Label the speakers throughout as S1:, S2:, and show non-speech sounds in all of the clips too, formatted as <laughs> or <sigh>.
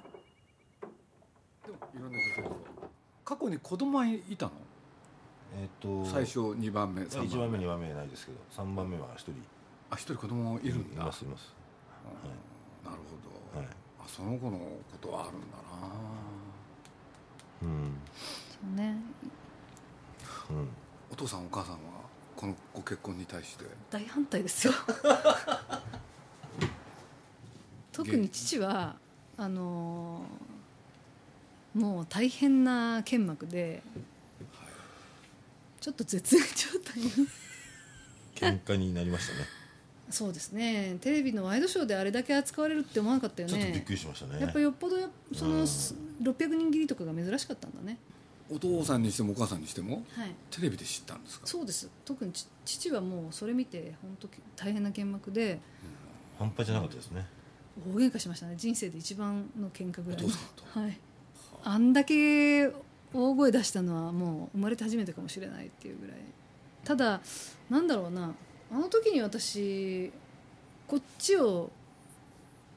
S1: でもいろんな先生が過去に子供はいたの
S2: えっと
S1: 最初2番目3
S2: 1
S1: 番
S2: 番
S1: 目
S2: 目2番目はないですけど3番目は1人
S1: あ一人子供いるんだ、
S2: ますいます
S1: うんなるほど、
S2: はい
S1: あその子のことはあるんだな
S2: うん
S3: そうね
S2: うん
S1: お父さんお母さんはこのご結婚に対して
S4: 大反対で
S2: <laughs>
S4: すよ特に父はあのーもう大変な剣幕でちょっと絶縁状態に
S2: 喧嘩になりましたね
S4: そうですねテレビのワイドショーであれだけ扱われるって思わなかったよ
S2: ちょっとびっ
S4: ね
S2: くりしましたね
S4: やっぱよっぽどやその
S2: うん
S4: 600人切りとかが珍しかったんだね
S1: お父さんにしてもお母さんにしても
S4: はい
S1: テレビで知ったんですか
S4: そうです特にち父はもうそれ見て本当大変な剣幕で
S2: 半端じゃなかったですね <laughs>
S4: 大喧嘩しましたね人生で一番の喧嘩ぐ
S1: お
S4: らい
S1: 父
S4: の
S1: さんと
S4: はい、あんだけ大声出したのはもう生まれて初めてかもしれないっていうぐらいただなんだろうなあの時に私こっちを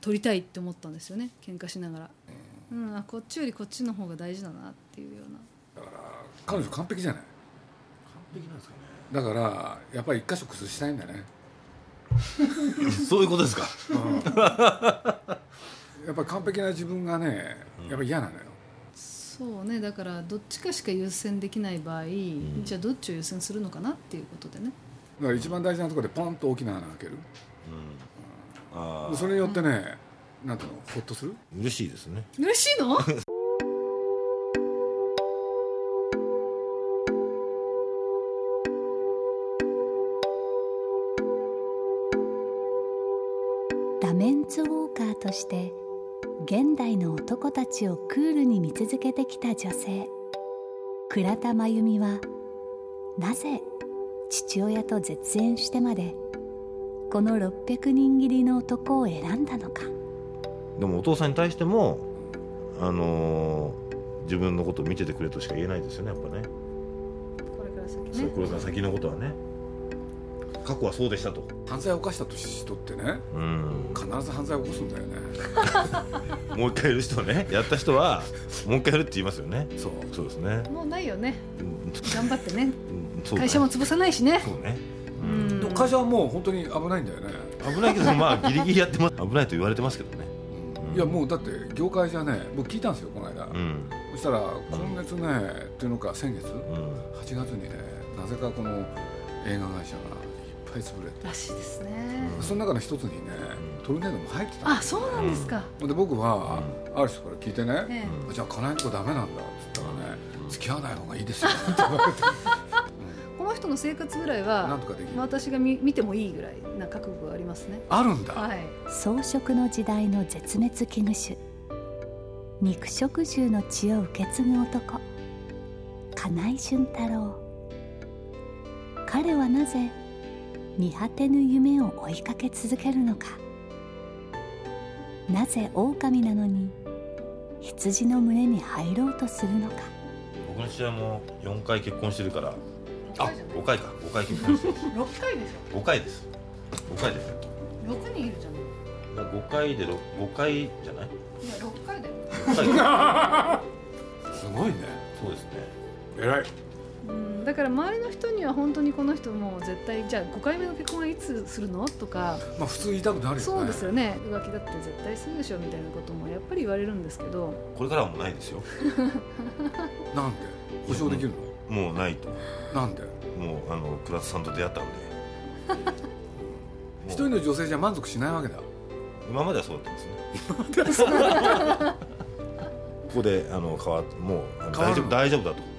S4: 取りたいって思ったんですよね喧嘩しながら、うん、あこっちよりこっちの方が大事だなっていうような
S1: 彼女完璧じゃない
S2: 完璧なんですかね
S1: だからやっぱり一箇所崩したいんだね、
S2: そういうことですか
S1: やっぱり完璧な自分がねやっぱり嫌なのよ、
S4: そうねだからどっちかしか優先できない場合、じゃあどっちを優先するのかなっていうことでね
S1: だから一番大事なところでポンと大きな穴開ける
S2: うんああ
S1: それによってね、なんていうのホッとする
S2: 嬉しいですね
S4: 嬉しいの
S3: ダメンツウォーカーとして現代の男たちをクールに見続けてきた女性倉田真由美はなぜ父親と絶縁してまでこの600人切りの男を選んだのか
S2: でもお父さんに対してもあのー自分のことを見ててくれとしか言えないですよねやっぱね
S4: これから先
S2: そう
S4: ね
S2: 黒田さん先のことはね過去はそうでしたと
S1: 犯罪を犯した人ってね
S2: うん
S1: 必ず犯罪を起こすんだよね
S2: もう一回やる人ねやった人はもう一回やるって言いますよね
S1: そう
S2: そうですね
S4: もうないよね
S2: うん
S4: 頑張ってね
S2: うんそうだね
S4: 会社も潰さないしね
S2: そうね
S4: うん
S1: でも会社はもう本当に危ないんだよね、
S2: 危ないけどまあギリギリやってます危ないと言われてますけどねうん
S1: いやもうだって業界じゃね僕聞いたんですよこの間、
S2: うん
S1: そしたら今月ね、っていうのか先月8
S2: うん
S1: 月にねなぜかこの映画会社がいっぱい潰れて
S4: らしいですね、
S1: その中の一つにねトルネードも入ってた
S4: あそうなんですか、
S1: ので僕は、ある人から聞いてね、
S4: ええ
S1: じゃあ家内のとこダメなんだっつったらね、付き合わない方がいいですよって言
S4: <laughs>
S1: われて
S4: この人の生活ぐらい
S1: なん
S4: は
S1: とかできる
S4: 私が見見てもいいぐらいな覚悟がありますね
S1: あるんだ、
S4: はい
S3: 草食の時代の絶滅危惧種肉食獣の血を受け継ぐ男金井俊太郎彼はなぜ見果てぬ夢を追いかけ続けるのかなぜ狼なのに羊の群れに入ろうとするのか
S2: 僕の父親も4回結婚してるからあ
S4: じゃ
S2: 5回か5回結婚してる
S4: 6回でし
S2: 5回です5回です
S4: ょ6人いるじゃない
S2: 5回で5回じゃない
S4: いや6回だよ
S2: 六回か
S1: すごいね
S2: そうですね
S1: 偉い
S4: うんだから周りの人には本当にこの人もう絶対じゃあ5回目の結婚はいつするのとか
S1: まあ普通言いたくなるよね
S4: そうですよね浮気だって絶対するでしょみたいなこともやっぱり言われるんですけど
S2: これからはもうないですよ
S1: なんで保証できるの、
S2: もうないと
S1: なんで
S2: もうあの倉田さんと出会ったんで
S1: 一人
S2: もう
S1: の女性じゃ満足しないわけだ
S2: 今まではそうだったんですねここであの変わっもうあの
S1: 変わる
S2: 大丈
S1: の
S2: 夫大丈夫だと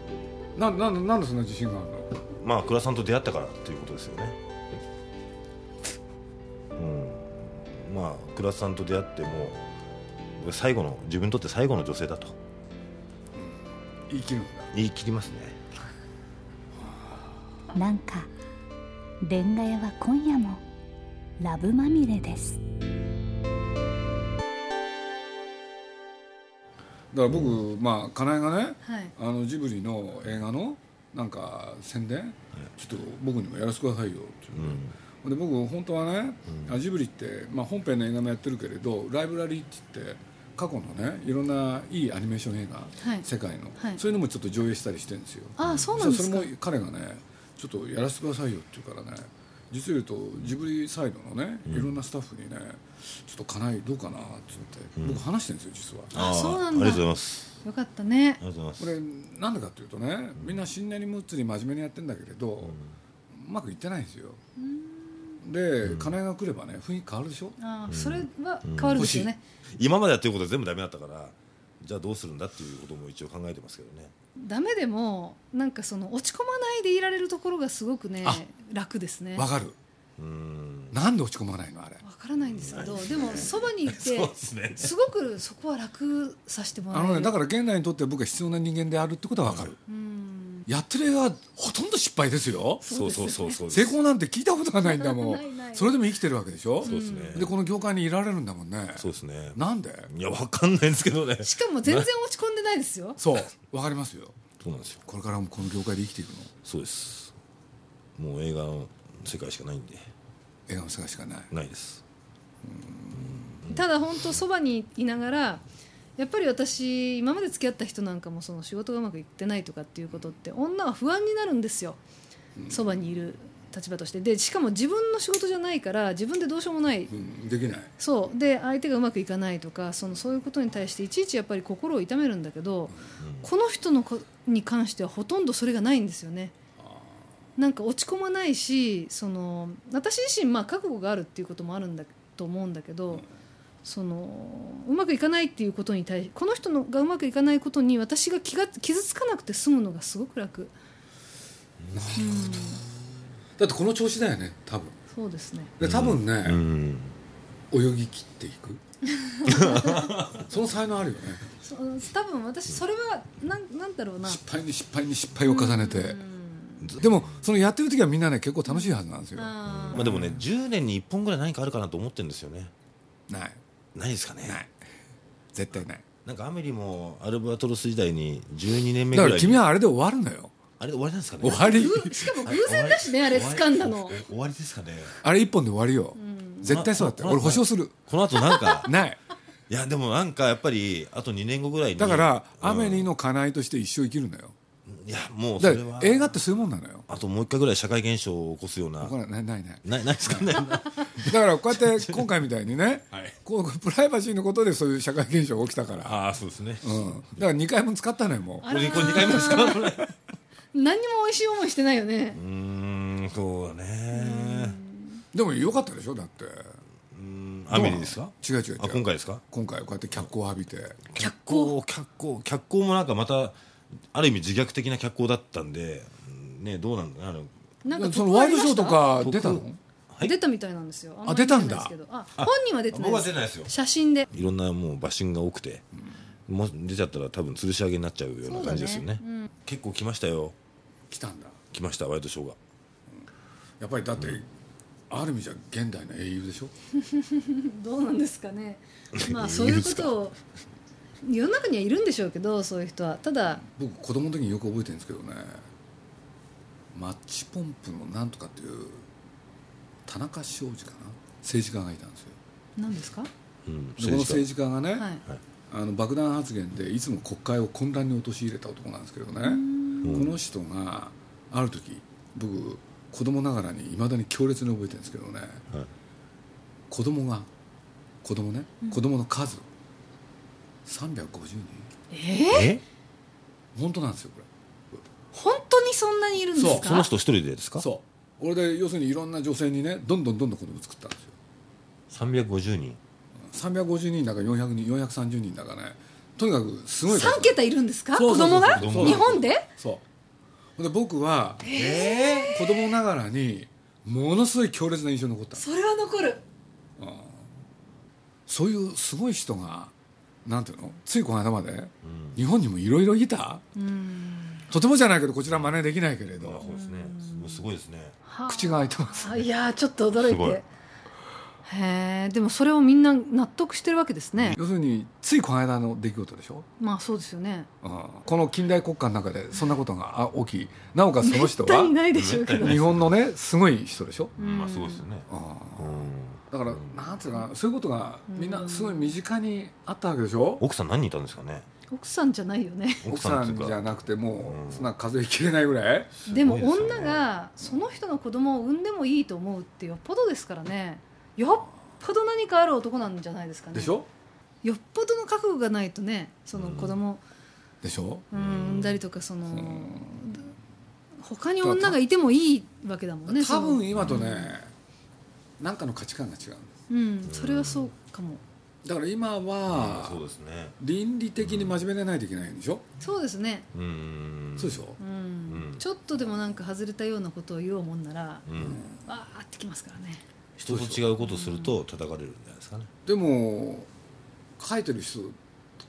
S1: なんなんなんでそんな自信があるの
S2: まあ倉さんと出会ったからっていうことですよね。うん、まあ倉さんと出会ってもう最後の自分にとって最後の女性だと
S1: 生きるんだ
S2: 言い切りますね。
S3: なんかレンガ屋は今夜もラブまみれです
S1: だから僕まあ金井がね
S4: はい
S1: あのジブリの映画のなんか宣伝、ちょっと僕にもやらせてくださいよっていう
S2: うん
S1: で僕本当はね、あジブリって、まあ、本編の映画もやってるけれどライブラリーって言って過去のねいろんないいアニメーション映画、
S4: はい
S1: 世界の、
S4: はい
S1: そういうのもちょっと上映したりしてるんですよ
S4: あそうなんで
S1: そ
S4: す
S1: した
S4: から
S1: それも彼がねちょっとやらせてくださいよって言うからね実を言うとジブリサイドのねいろんなスタッフにね「ちょっとかないどうかな」って言って僕話してるんですよ実は。
S4: あそうな
S2: あ
S4: んだ
S2: りがとうございます。
S4: よかったね
S2: ありがとうござ
S1: こ
S2: います。
S1: れなんでかっていうとねみんな新年にむっつり真面目にやってんだけれどうまくいってないんですよ。で金井が来ればね雰囲気変わるでしょ
S4: あそれは変わるんですよね、
S2: 今までやってることは全部ダメだったからじゃあどうするんだっていうことも一応考えてますけどね。
S4: ダメでもなんかその落ち込まないでいられるところがすごくね
S1: あ
S4: 楽ですね
S1: わ
S4: わ
S1: かる
S2: うん
S1: なんで落ち込まないのあれ
S4: からないんですけどでもそばにいて
S1: <laughs>
S2: そうですね。
S4: すごくそこは楽させても
S1: あ
S4: らえる
S1: のねだから現代にとって僕は必要な人間であるってことはわかる
S4: うん
S1: やってる映画はほとんど失敗ですよ
S2: そうそうそうそうです。
S1: 成功なんて聞いたことがないんだ
S2: <laughs>
S1: もん
S4: ないない
S1: それでも生きてるわけでしょ
S2: そうですね。
S1: でこの業界にいられるんだもんね
S2: そうですね。
S1: なんで
S2: いやわかんないんですけどね。
S4: しかも全然落ち込んでないですよ
S1: そうわかりますよ
S2: そうなんですよ。
S1: これからもこの業界で生きていくの
S2: そうです。もう映画の世界しかないんで
S1: 映画の世界しかない
S2: ないです。
S4: ただ本当そばにいながらやっぱり私今まで付き合った人なんかもその仕事がうまくいってないとかっていうことって女は不安になるんですよそばにいる立場としてでしかも自分の仕事じゃないから自分でどうしようもない
S1: うんできない
S4: そうで相手がうまくいかないとかそのそういうことに対していちいちやっぱり心を痛めるんだけど、この人のこに関してはほとんどそれがないんですよね。なんか落ち込まないしその私自身まあ覚悟があるっていうこともあるんだと思うんだけど、そのうまくいかないっていうことに対しこの人のがうまくいかないことに私が気が傷つかなくて済むのがすごく楽
S1: だってこの調子だよね多分
S4: そうですね
S1: で多分
S2: う
S1: ね、
S2: ん。
S1: 泳ぎ切ってい
S2: <laughs>
S1: くその才能あるよね
S4: そ多分私それはなんなんだろうな
S1: 失敗に失敗に失敗を重ねて
S4: うん
S1: でもそのやってる時はみんなね結構楽しいはずなんですよな
S4: あ
S1: <laughs>
S4: ー
S2: まあでもね10年に1本ぐらい何かあるかなと思ってるんですよね。
S1: い
S2: ないですかね。
S1: ない絶対ない
S2: なんかアメリもアルバトロス時代に12年目
S1: だか
S2: ぐ
S1: らら
S2: い
S1: 君
S2: に
S1: はあれで終わるのよ
S2: あれ終わりなんですかね
S1: 終わり
S4: ぐしかも偶然だしねあれ掴んだ
S2: 終
S4: の
S2: わり終わりですかね
S1: あれ一本で終わりよ絶対そうだって
S2: まあ
S1: 俺保証する
S2: この後なんか <laughs>
S1: ない
S2: いやでもなんかやっぱりあと2年後ぐらいに
S1: だから
S2: うん
S1: アメリの家内として一生生きるのよ
S2: いやもうそ
S1: だ
S2: れ
S1: か
S2: は
S1: ら映画ってそういうもんなのよ
S2: あともう一回ぐらい社会現象を起こすような
S1: これないないない
S2: ないないですかね <laughs>
S1: だからこうやって今回みたいにねこうプライバシーのことでそういう社会現象が起きたから
S2: ああそうですね
S1: うんだから2回も使ったのよもう
S4: あ
S2: こ
S4: ら
S2: れ
S4: ー
S2: これ2回目ですかこれ <laughs> う
S4: 何にも美味しい思いしてないよね
S2: ーんそうだね
S1: でもよかったでしょだって
S2: うんアメリですか
S1: 違う違う違う
S2: あ今回ですか
S1: 今回こうやって脚光を浴びて
S4: 脚光
S2: こう脚光脚光もなんかまたある意味自虐的な脚光だったんでうんねどうなんだろうあの
S4: なんか
S1: そ
S4: 特
S1: の
S4: 報あ
S1: ワイ
S4: り
S1: ド
S4: ま
S1: ショー
S4: し
S1: とか出たの
S2: 僕はい
S4: 出たみたいなんですよあんまり
S1: 出たんだ
S4: 見てないですけどあ本人は出てない
S2: 僕は出てないですよ
S4: 写真で
S2: いろんなもうバッシングが多くて、もう出ちゃったら多分吊るし上げになっちゃうような感じですよね
S4: そうだねうん
S2: 結構来ましたよ
S1: 来たんだ
S2: 来ましたワイドショーが
S1: やっぱりだってある意味じゃ現代の英雄でしょ
S4: どうなんです
S1: <laughs>
S4: かねまあそういうことを世の中にはいるんでしょうけどそういう人はただ
S1: 僕子供の時によく覚えてるんですけどねマッチポンプのなんとかっていう田中庄司かな政治家がいたんですよ
S4: 何ですか
S2: うん
S1: でこの政治家がね、
S4: はい
S1: あの爆弾発言でいつも国会を混乱に陥れた男なんですけどねこの人がある時僕子供ながらにいまだに強烈に覚えてるんですけどね、
S2: はい
S1: 子供が子供ね、子供の数350人
S4: えー
S2: え
S1: 本当なんですよこれ
S4: 本当にそんなにいるんですか
S2: その人一人でですか
S1: そう俺で要するにいろんな女性にねどんどんどんどん子供作ったんですよ
S2: 350人
S1: 350人だか400人430人だかねとにかくすごい数
S4: 3桁いるんですか
S1: そ
S4: 子
S1: うそうそう
S4: 供
S1: 子
S4: が
S2: 供が
S4: 日本で
S1: そうで僕は
S2: え
S1: 子供ながらにものすごい強烈な印象に残った
S4: それは残る
S1: そういうすごい人がなんていうのついこの間まで
S2: えうん
S1: 日本にもいろいろいた
S4: うん
S1: とてもじゃないけどこちら真似できないけれ
S2: まあ
S1: ど
S2: そうですねすすごいですね
S4: はあ
S1: 口が開いてます
S4: あいやーちょっと驚
S2: す
S4: い
S2: ごい
S4: てへえでもそれをみんな納得してるわけですね
S1: 要するについこの間の出来事でしょ
S4: まあそうですよね
S1: うんこの近代国家の中でそんなことがあ起きなおかつその人
S4: 絶対い
S1: は
S4: ないでしょうけど
S1: 日本のねすごい人でしょ
S4: うん
S2: まあすごいですよね
S1: うん
S2: うん
S1: だからなんていうかなそういうことがみんなすごい身近にあったわけでしょ
S2: 奥さん何人いたんですかね
S4: 奥さんじゃないよね
S1: 奥さ
S2: って
S1: ん
S2: いうか
S1: じゃなくても
S2: うん
S1: うそんな数えきれないぐらい
S2: すごい
S4: でも
S2: すよね
S4: 女がその人の子供を産んでもいいと思うってよっぽどですからねよっぽど何かある男なんじゃないですかね
S1: でしょ
S4: よっぽどの覚悟がないとねその子供
S1: でしょ
S4: うん産んだりとかその
S1: うん
S4: 他に女がいてもいいわけだもんね
S1: 多
S4: その
S1: 分今とねなんかの価値観が違うんです
S4: うんそれはそうかも
S1: だから今
S2: うん
S1: は
S2: そうですね
S1: 倫理的に真面目でないといけないんでしょ
S4: そうですね
S2: うん
S1: そうでしょ
S4: うん、
S2: うん
S4: ちょっとでもなんか外れたようなことを言おうもんならわ
S2: うん
S4: ーってきますからね
S2: 人と違うことすると叩かれるんじゃないですかね
S1: でも書いてる人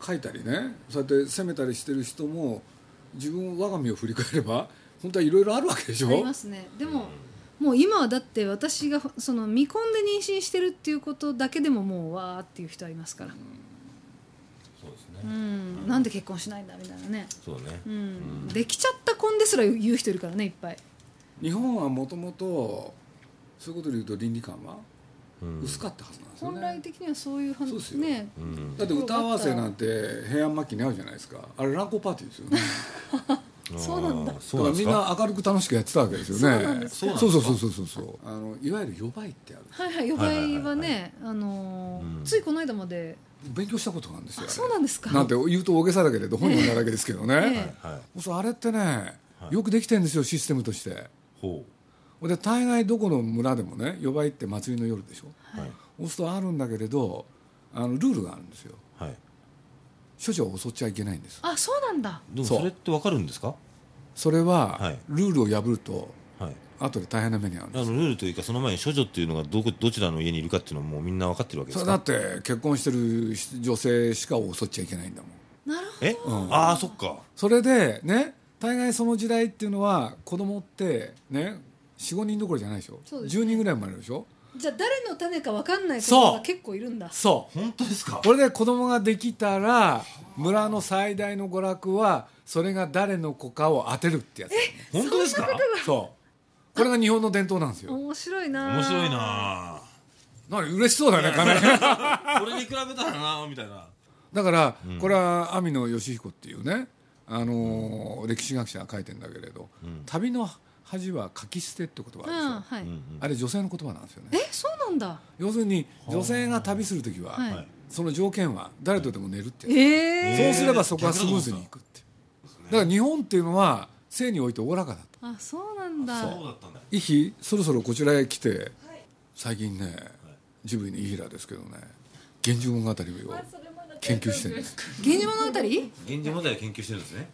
S1: 書いたりねそうやって責めたりしてる人も自分我が身を振り返れば本当はいろいろあるわけでしょ
S4: ありますねでも、もう今はだって私がその未婚で妊娠してるっていうことだけでももうわーっていう人はいますから、
S2: そうです
S4: うん
S2: ね
S4: なんで結婚しないんだみたいなね、
S2: そうね
S4: うん
S2: うん
S4: できちゃった婚ですら言う人いるからねいっぱい
S1: 日本はもともとそういうことで言うと倫理観は
S2: うん
S1: 薄かったはずなんですよ
S4: 本
S1: ね、
S4: 来的にはそういう話
S1: そうですよ
S4: ね
S2: うん
S1: だって歌合わせなんて平安末期に合うじゃないですかあれ乱交パーティーですよね
S4: そうなんだ
S1: だ
S2: あー <laughs> そう
S1: か
S2: な
S1: ら
S2: ん
S1: み
S2: です
S1: ん
S2: か
S1: な明るく楽しくやってたわけですよ
S4: そうなんで
S1: ね
S4: す
S2: か
S1: そうそうそうそうそうそうあのいわゆる予売ってある
S4: はいはい予
S2: はいは
S4: 売はい
S2: はい
S4: ねあのー
S2: うん
S4: ついこの間まで
S1: 勉強したことがあるんですよ
S4: あ
S1: あれ
S4: そうなんですか
S1: なんて言うと大げさだけれど本人なだけですけどね、
S4: ええ
S2: はい
S1: そうあれってね、
S2: はい
S1: よくできてるんですよシステムとして
S2: ほ
S1: ほんで大概どこの村でもね呼ばいって祭りの夜でしょ
S2: うはい
S1: そうするとあるんだけれどあのルールがあるんですよ
S2: はい
S1: 処女を襲っちゃいけないんです
S4: あそうなんだ
S2: でも
S1: そう
S2: それってわかるんですか
S1: それ
S2: は
S1: はいルールを破ると
S2: はい
S1: 後で大変な目に遭うんで
S2: あのルールというかその前に処女っていうのがどこどちらの家にいるかっていうのはもうみんな分かってるわけ
S1: すそ
S2: です
S1: れだ
S2: か
S1: って結婚してる女性しか襲っちゃいけないんだもん
S4: なるほど
S2: え、
S1: うん
S2: ああそっか
S1: それでね大概その時代っていうのは子供ってね45人どころじゃないでしょ
S4: そうです
S1: 10人ぐらい生まれるでしょ
S4: じゃあ誰の種か分かんない子
S1: そう
S4: 供が結構いるんだ
S1: そう
S2: 本当で
S1: <laughs>
S2: すか
S1: これで子供ができたら村の最大の娯楽はそれが誰の子かを当てるってやつ
S2: 本当ですか
S1: そうこれが日本の伝統なんですよ
S4: 面白いな
S2: 面白いな
S1: なんか嬉しそうだねかなり
S4: <laughs>
S2: あこれに比べたらなみたいな
S1: だからこれは網野義彦っていうねあのー歴史学者が書いてんだけれど
S2: うん
S1: 旅の恥は書き捨てって言葉
S4: う
S1: あ
S4: ん
S1: るでし
S4: はい、
S1: ょあれ女性の言葉なんですよ
S4: え
S1: ね
S4: そうなんだ
S1: 要するに女性が旅する時は
S4: はい
S2: はい
S1: その条件は誰とでも寝るってやつ
S4: え
S1: そ
S4: え
S1: うすればそこはスムーズにいくってだから日本っていうのは性においておおらかだと
S4: あそうなんだ
S2: そうだったんだ
S1: イヒそろそろこちらへ来て、最近ねジブリのイヒラですけどね「源氏物語」を研究してるんです
S4: 源氏物語
S2: 現状問題を研究してるんですね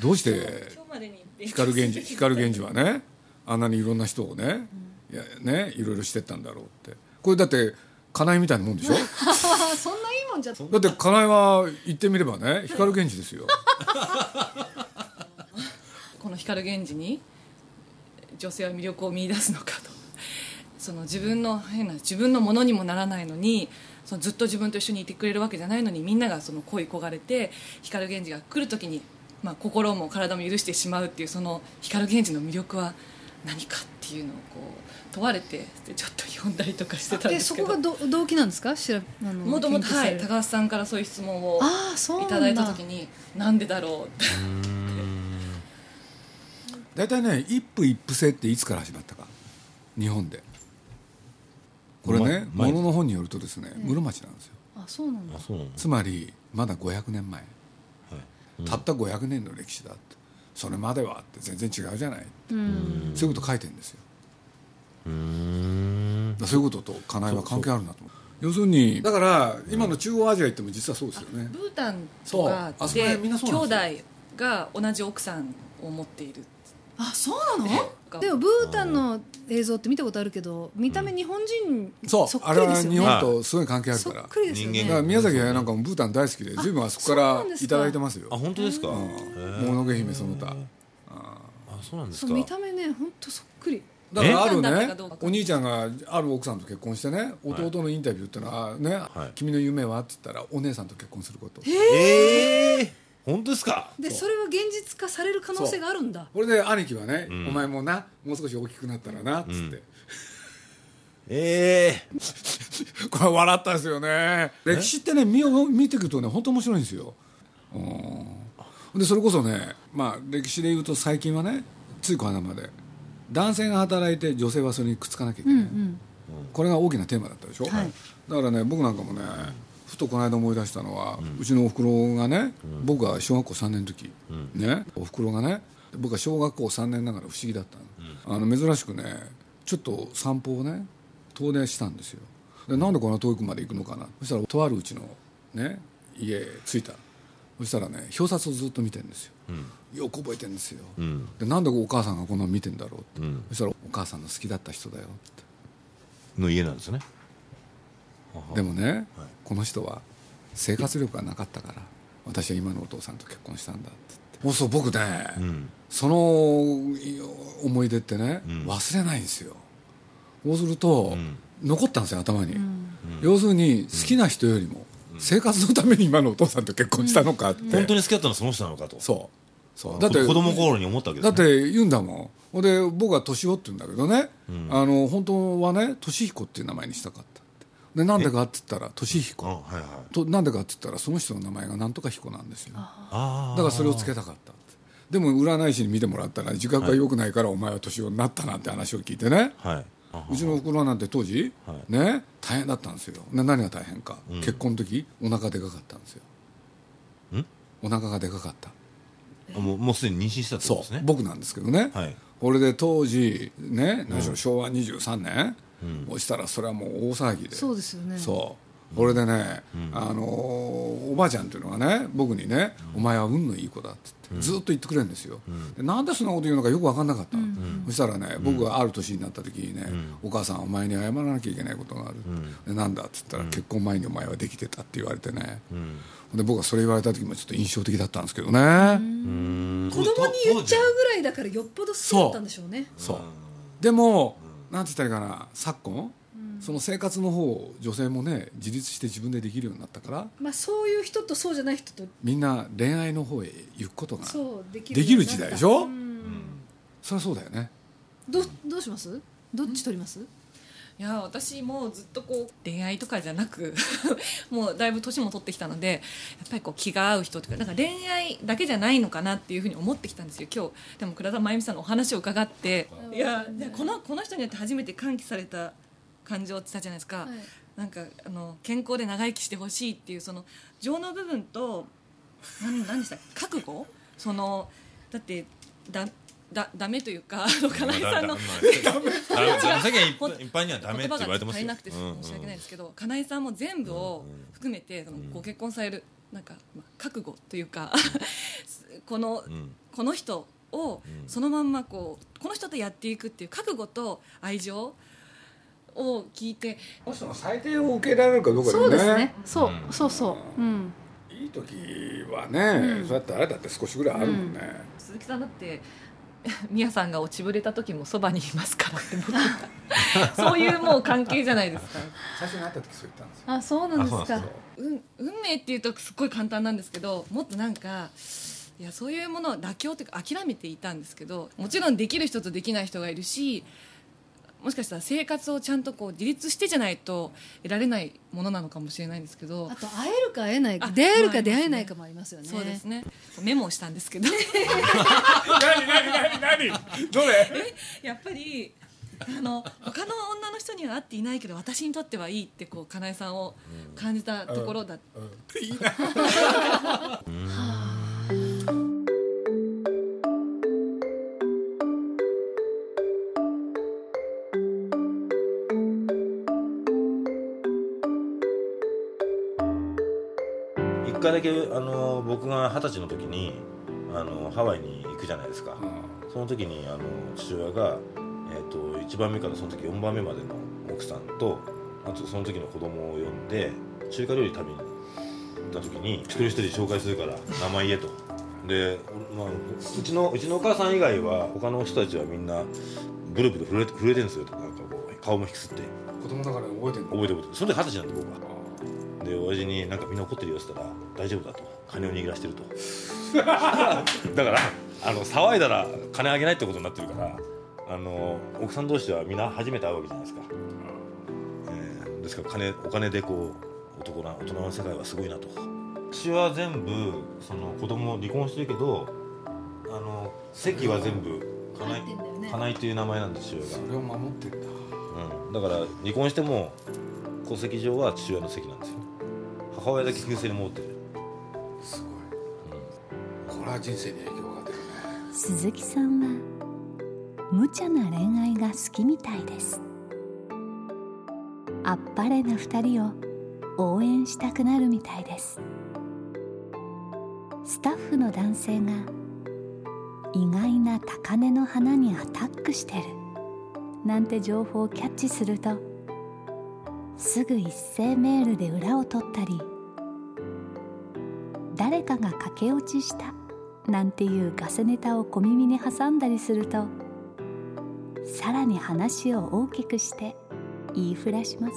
S1: どうして
S5: 今日までに勉強
S1: 光源氏光源氏はねあんなにいろんな人をね,、いやねいろいろしてったんだろうってこれだって金井みたいなもんでしょ
S4: あ <laughs> そんないいもんじゃ
S1: だって金井は言ってみればね光源氏ですよ
S5: <laughs> この光源氏に女性は魅力を見出すのかと <laughs> その自分の変な自分のものにもならないのにそのずっと自分と一緒にいてくれるわけじゃないのにみんながその恋焦がれて光源氏が来る時に、まあ、心も体も許してしまうっていうその光源氏の魅力は何かっていうのをこう問われてでちょっと読んだりとかしてたん
S4: え
S5: です
S4: そ
S5: け
S4: こが
S5: ど
S4: ど動機なんですかしらあの
S5: もともと、
S4: 研究さ
S5: は
S4: れ
S5: い、
S4: る
S5: 高橋さんからそういう質問を
S4: ああそうないん
S5: た
S4: だ
S5: だいた時になんでだろうって
S1: 大体ね一夫一夫制っていつから始まったか日本でこれね
S2: ま
S1: も
S2: 前
S1: のの本によるとですね室町なんですよ
S4: あそうなんだ
S2: あそうなの
S1: つまりまだ500年前
S2: うん
S1: たった500年の歴史だってそれまではって全然違うじゃない
S4: うん
S1: そういうこと書いてるんですよ
S2: うーん
S1: だからそういうことと金井は関係あるなと思う要するにだから今の中央アジア行っても実はそうですよね
S5: ブータンとか
S1: そうあそこ
S5: で
S1: ら辺みん
S5: 兄
S1: なそうなん
S5: 弟
S1: で
S5: が同じ奥さんを持っているあそうなの
S4: でもブータンの映像って見たことあるけど見た目日本人
S1: そう
S4: そっ
S1: あ
S4: く
S1: れ
S4: りで
S1: は
S4: すよ
S1: 日
S4: ね
S1: 本とすごい関係ある
S4: そ
S1: か
S4: っ
S1: ら
S4: くりですよね
S2: 人
S1: だか
S2: 間が
S1: ら宮崎駿なんかもブータン大好きで随分あそこか
S4: そう
S1: ら
S4: なんですか
S1: いただいてますよ「
S2: あ本当ですか、
S1: うん
S2: へえ
S1: もののけ姫その他」
S2: あそうなんです
S4: そう
S2: か
S4: 見た目ね本当そっくり
S1: だからある
S5: え
S1: ねお兄ちゃんがある奥さんと結婚してね弟のインタビューってのはね
S2: は
S1: 「
S2: い
S1: 君の夢は?」って言ったらお姉さんと結婚すること
S2: ええ本当ですか
S4: でそれは現実化される可能性があるんだ
S1: これで兄貴はね「
S2: ん
S1: お前もなもう少し大きくなったらな」っつっ
S2: うん
S1: て
S2: ええ
S1: <laughs> これ笑ったですよね歴史ってね見を見ていくとね本当面白いんですようんでそれこそねまあ歴史でいうと最近はねついこの間まで男性が働いて女性はそれにくっつかなきゃいけ
S4: う
S1: なんい、
S4: うん
S1: これが大きなテーマだったでしょ、
S4: はい
S1: だからね僕なんかもねふとこの間思い出したのは、うちのおふくろがね、僕が小学校3年の時、ね、おふくろがね僕は小学校3年ながら不思議だったの,、あの珍しくねちょっと散歩をね遠出したんですよでなんでこんな遠くまで行くのかなそしたらとあるうちの、ね、家へ着いたそしたらね表札をずっと見てるんですよ、よく覚えてるんですよ、
S2: ん
S1: でなんでお母さんがこんなの見てんだろうって、
S2: うん
S1: そしたらお母さんの好きだった人だよって
S2: の家なんですね
S1: でもね、この人は生活力がなかったから私は今のお父さんと結婚したんだって言ってもうそう僕ね、
S2: うん
S1: そのい思い出ってね、
S2: ん
S1: 忘れないんですよそうすると、
S2: ん
S1: 残ったんですよ頭に、要するに好きな人よりも生活のために今のお父さんと結婚したのかって、
S2: 本当に好きだったのはその人なのかと
S1: そうそう
S2: だって子供頃に思ったわけで
S1: だ
S2: す、
S1: っ
S2: ね、
S1: て言うんだもんほんで僕は年男って言うんだけどね、あの本当はね俊彦っていう名前にしたかったってでなんでかって言ったら俊
S2: あ
S1: 彦
S2: はいはい
S1: となんでかって言ったらその人の名前がなんとか彦なんですよだ
S2: ああ
S1: からそれをつけたかったってでも占い師に見てもらったら自覚が良くないからお前は年男になったなんて話を聞いてね
S2: はいう
S1: ちのおふくろなんて当時、
S2: はい
S1: ね、大変だったんですよな何が大変か、結婚の時お腹でかかったんですよ
S2: ん
S1: お腹がでかかった
S2: あもうもうすでに妊娠してたってこ
S1: そ
S2: とです
S1: う、
S2: ね
S1: 僕なんですけどね、
S2: はい
S1: 俺で当時ね何しろ昭和23年、そしたらそれはもう大騒ぎで
S4: そうですよね
S1: そうこれでね、あのーおばあちゃんっていうのがね僕にね、お前は運のいい子だ」って言ってずっと言ってくれるんですよ、でなんでそんなこと言うのかよく分かんなかったの、そしたらね僕がある年になった時にね、お母さんお前に謝らなきゃいけないことがある」でなんだ?」って言ったら、結婚前にお前はできてた」って言われてね、で僕はそれ言われた時もちょっと印象的だったんですけどね、
S4: 子供に言っちゃうぐらいだからよっぽど好きだったんでしょうね
S1: そうでも、なんて言ったらいいかな昨今、その生活の方を女性もね自立して自分でできるようになったから
S4: まあそういう人とそうじゃない人と
S1: みんな恋愛の方へ行くことがそ
S4: そうできる
S1: できる時代でしょ
S4: うん
S1: りゃそうだよね
S4: どうどうしますどっち取ります
S5: いや私もうずっとこう恋愛とかじゃなく <laughs> もうだいぶ年も取ってきたのでやっぱりこう気が合う人とかなんか恋愛だけじゃないのかなっていうふうに思ってきたんですよ今日でも倉田真由美さんのお話を伺っていやでこのこの人によって初めて喚起された感情って言ったじゃないですか、
S4: はい
S5: なんかあの健康で長生きしてほしいっていうその情の部分と何何でしたっけ覚悟そのだってだだダメというかあの金井さんの
S2: ダメダメダメ世間一
S5: ほん
S2: 般一般にはダメって言われてますよ
S5: 言葉が足りなくて申し訳ないですけど、金井さんも全部を含めてそのご結婚されるなんか、まあ、覚悟というか <laughs> この、
S2: うんうん
S5: この人を
S2: うん
S5: そのまんまこうこの人とやっていくっていう覚悟と愛情を聞いて
S1: この人の最低を受けられるかどうかだ
S4: そ
S1: よ
S4: う
S1: ね
S4: ですねそう
S2: う
S4: そうそううん
S1: いい時はね、
S4: うん
S1: そうやってあれだって少しぐらいあるもんね、
S5: 鈴木さんだって <laughs> 宮さんが落ちぶれた時もそばにいますからって僕 <laughs> そういうもう関係じゃないですか
S1: 最初に会った時そう言ったんですよ
S4: あそうなんです
S2: あそう
S4: か
S2: なんで
S5: 運運命っていうとすっごい簡単なんですけどもっとなんかいやそういうものを妥協というか諦めていたんですけどもちろんできる人とできない人がいるしもしかしたら生活をちゃんとこう自立してじゃないと得られないものなのかもしれないんですけど
S4: あと会えるか会えないか
S5: あ
S4: 出会えるか
S5: そうなんです
S4: 出
S5: ね
S4: 会えないかもありますよね
S5: そうですねメモをしたんですけど
S1: 何何何何どれ
S5: <laughs> やっぱりあの他の女の人には会っていないけど私にとってはいいってこうかなえさんを感じたところだった
S2: 一回だけあの僕が二十歳の時にあのハワイに行くじゃないですか、
S1: うん
S2: その時にあの父親が、えー、と1番目からその時4番目までの奥さんとあとその時の子供を呼んで中華料理食べに行った時に一人一人紹介するから名前言えと。で、まあ、うちのうちのお母さん以外は他の人たちはみんなブルブル震えて震えてるんですよとかなんかこう顔も引きつって
S1: 子供だから覚えてる
S2: 覚えてる覚えてるそれで二十歳なんで僕はで親父に「なんかみんな怒ってるよ」って言ったら「大丈夫だ」と「金を握らしてると」だからあの騒いだら金あげないってことになってるからあの奥さん同士はみんな初めて会うわけじゃないですか、えーですから金お金でこう男な大人の世界はすごいなと私は全部その子供離婚してるけどあの席は全部金井
S4: 入ってんだよね
S2: 金井という名前なんですよ
S1: それを守ってんだ
S2: うん、だから離婚しても戸籍上は父親の籍なんですよ母親だけ旧姓に戻ってる、
S1: すごいこれは人生に影響が出るね
S3: 鈴木さんは無茶な恋愛が好きみたいですあっぱれな二人を応援したくなるみたいですスタッフの男性が意外な高根の花にアタックしてるなんて情報をキャッチするとすぐ一斉メールで裏を取ったり誰かが駆け落ちしたなんていうガセネタを小耳に挟んだりするとさらに話を大きくして言いふらします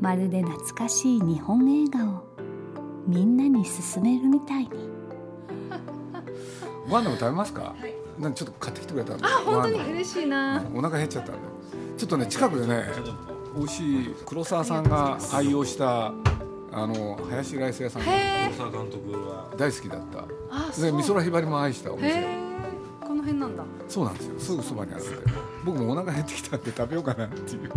S3: まるで懐かしい日本映画をみんなに勧めるみたいに
S1: ご飯でも食べますか、なんかちょっと買ってきてくれたんであ
S4: 本当に嬉しいな
S1: お腹減っちゃったんでちょっとね近くでね美味しい黒沢さんが愛用したあの林ライス屋さんが
S4: へえ
S2: 黒沢監督は
S1: 大好きだった
S4: あそ
S1: で
S4: う
S1: 美空ひばりも愛したお
S4: へ
S1: 店
S4: えこの辺なんだ
S1: そうなんですよすぐそばにあって僕もお腹減ってきたんで食べようかなっていう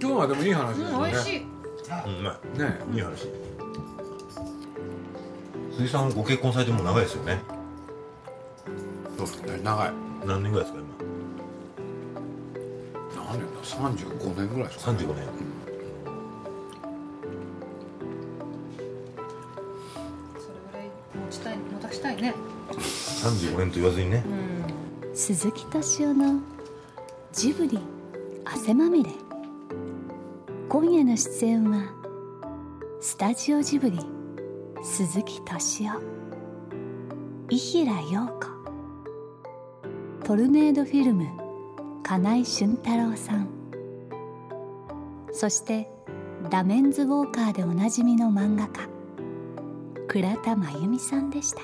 S1: 今日はでもいい話ですよね、
S4: い
S2: うんうま
S1: ね
S2: いいい話鈴木さんご結婚されてもう長いですよね
S1: そうですね長い
S2: 何年ぐらいですか今
S1: 何年だ35年ぐらいですか
S2: 35年
S4: それぐらい持ちたい持たしたいね
S2: 35年と言わずにね
S4: うん
S3: 鈴木敏夫のジブリ汗まみれ今夜の出演はスタジオジブリ鈴木敏夫伊平陽子トルネードフィルム金井俊太郎さんそしてダメンズウォーカーでおなじみの漫画家倉田真由美さんでした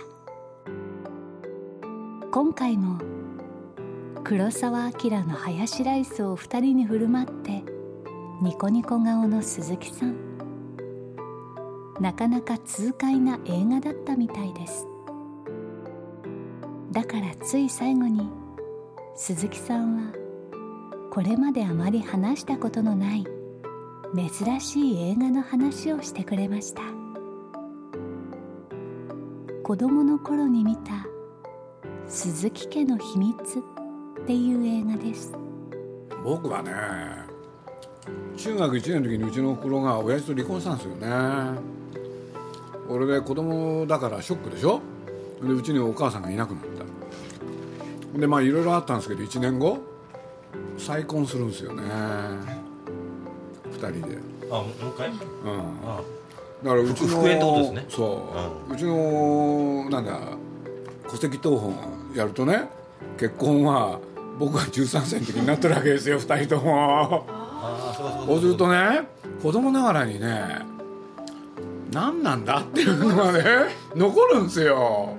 S3: 今回も「黒澤明のハヤシライスを二人に振る舞ってニコニコ顔の鈴木さんなかなか痛快な映画だったみたいですだからつい最後に鈴木さんはこれまであまり話したことのない珍しい映画の話をしてくれました子供の頃に見た鈴木家の秘密っていう映画です
S1: 僕はね中学1年の時にうちのおふくろが親父と離婚したんですよね俺で子供だからショックでしょでうちにお母さんがいなくなったでまあいろいろあったんですけど1年後再婚するんですよね2人で
S2: あもう一回
S1: うん
S2: あ
S1: だからうちの
S2: 復縁ってことですね
S1: そう、うちのなんだ戸籍謄本やるとね結婚は僕が13歳の時になってるわけですよ二人とも
S2: あそうかそうか
S1: そうするとね子供ながらにね何なんだっていうの <laughs> がね残るんですよ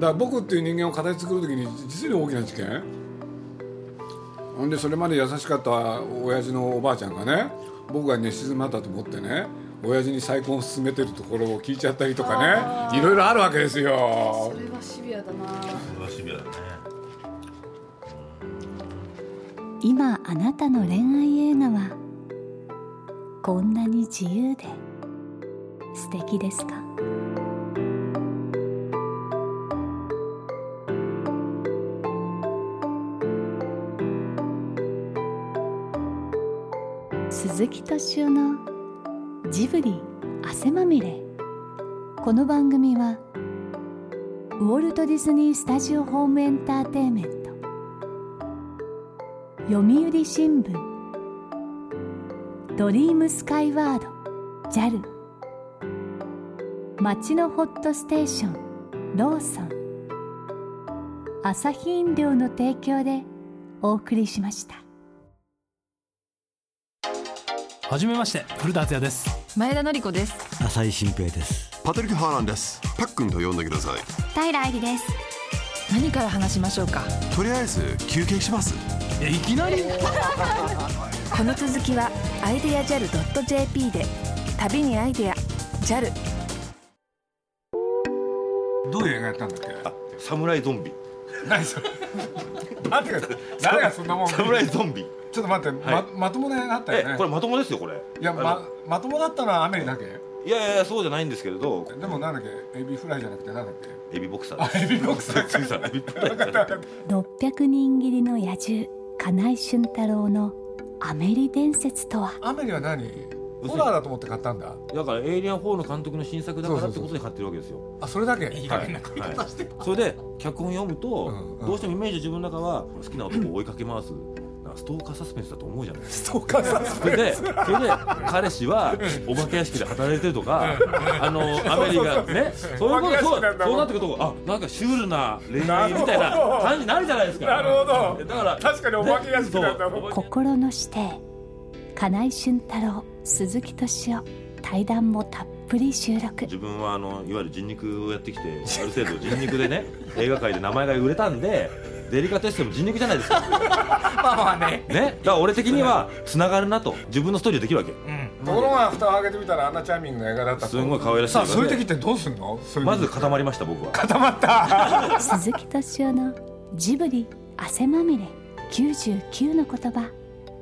S1: だから僕っていう人間を形作る時に実に大きな事件ほんでそれまで優しかった親父のおばあちゃんがね僕が寝静まったと思ってね親父に再婚を勧めてるところを聞いちゃったりとかねいろいろあるわけですよ
S4: それはシビアだな
S2: それはシビアだね
S3: 今あなたの恋愛映画はこんなに自由で素敵ですか鈴木敏夫のジブリ汗まみれこの番組は「ウォルト・ディズニー・スタジオ・ホーム・エンターテインメント読売新聞ドリームスカイワード JAL 町のホットステーションローソン朝日飲料の提供でお送りしました。
S6: はじめまして古田敦也です
S4: 前田典子です
S7: 浅井新平です
S8: パトリック・ハーランですパックンと呼んでください
S9: 平愛理です
S4: 何から話しましょうか
S8: とりあえず休憩します
S6: えいきなり
S4: この続きはアイデア JAL.jp で旅にアイデア JAL
S1: どういう映画やったんだっ <laughs> け
S2: 侍ゾンビ
S1: 何それ待ってください誰 <laughs> がそんなもんちょ
S2: 侍ゾンビ
S1: っと待って、
S2: はい
S1: ままともな映画あったよ
S2: え
S1: ね
S2: これまともですよこれ
S1: いや
S2: あ
S1: ま
S2: の
S1: まともだったのはアメリだけ
S2: いやいやそうじゃないんですけれど
S1: でもなんだっけエビフライじゃなくてなんだっけ
S2: エビボクサー
S1: あエビボクサーか
S2: エビボクエビボクサーじゃない
S3: 600人斬りの野獣金井俊太郎のアメリ伝説とは
S1: <laughs> アメリは何ホラーだと思って買ったんだ
S2: だからエイリアン4の監督の新作だからってことで買ってるわけですよ
S1: あそれだけ
S2: い加減な買い方してそれで脚本読むと、
S1: うんうん
S2: どうしてもイメージ自分の中は好きな男を追いかけ回すなんかストーカーサスペンスだと思うじゃないですか
S1: ストーカーさん
S2: それでそれで彼氏はお化け屋敷で働いてるとかあのアメリカねそういうことそ
S1: お化け屋敷
S2: う
S1: なんだ
S2: そうなってくるとあなんかシュールな恋愛みたいな感じになるじゃないですか
S1: なるほど
S2: だから
S1: 確かにお化け屋敷なんだ
S2: ねそう
S3: 心の師弟金井俊太郎鈴木敏夫対談もたっぷり収
S2: <laughs>
S3: 録
S2: 自分はあのいわゆる人肉をやってきてある程度人肉
S1: <laughs>
S2: でね映画界で名前が売れたんでデリカテッセンも人肉じゃないですか
S1: <laughs> まあね
S2: ねだから俺的にはつながるなと自分のストーリーできるわけ
S1: ところが蓋を開けてみたらあんなチャーミングな映画だったと
S2: すごい可愛らしい
S1: さあそういう時ってどうすんのそういう
S2: まず固まりました僕は
S1: 固まった
S3: 鈴木敏夫の「ジブリ汗まみれ99の言葉」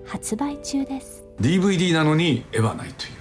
S3: 発売中です
S10: DVD なのに絵はないという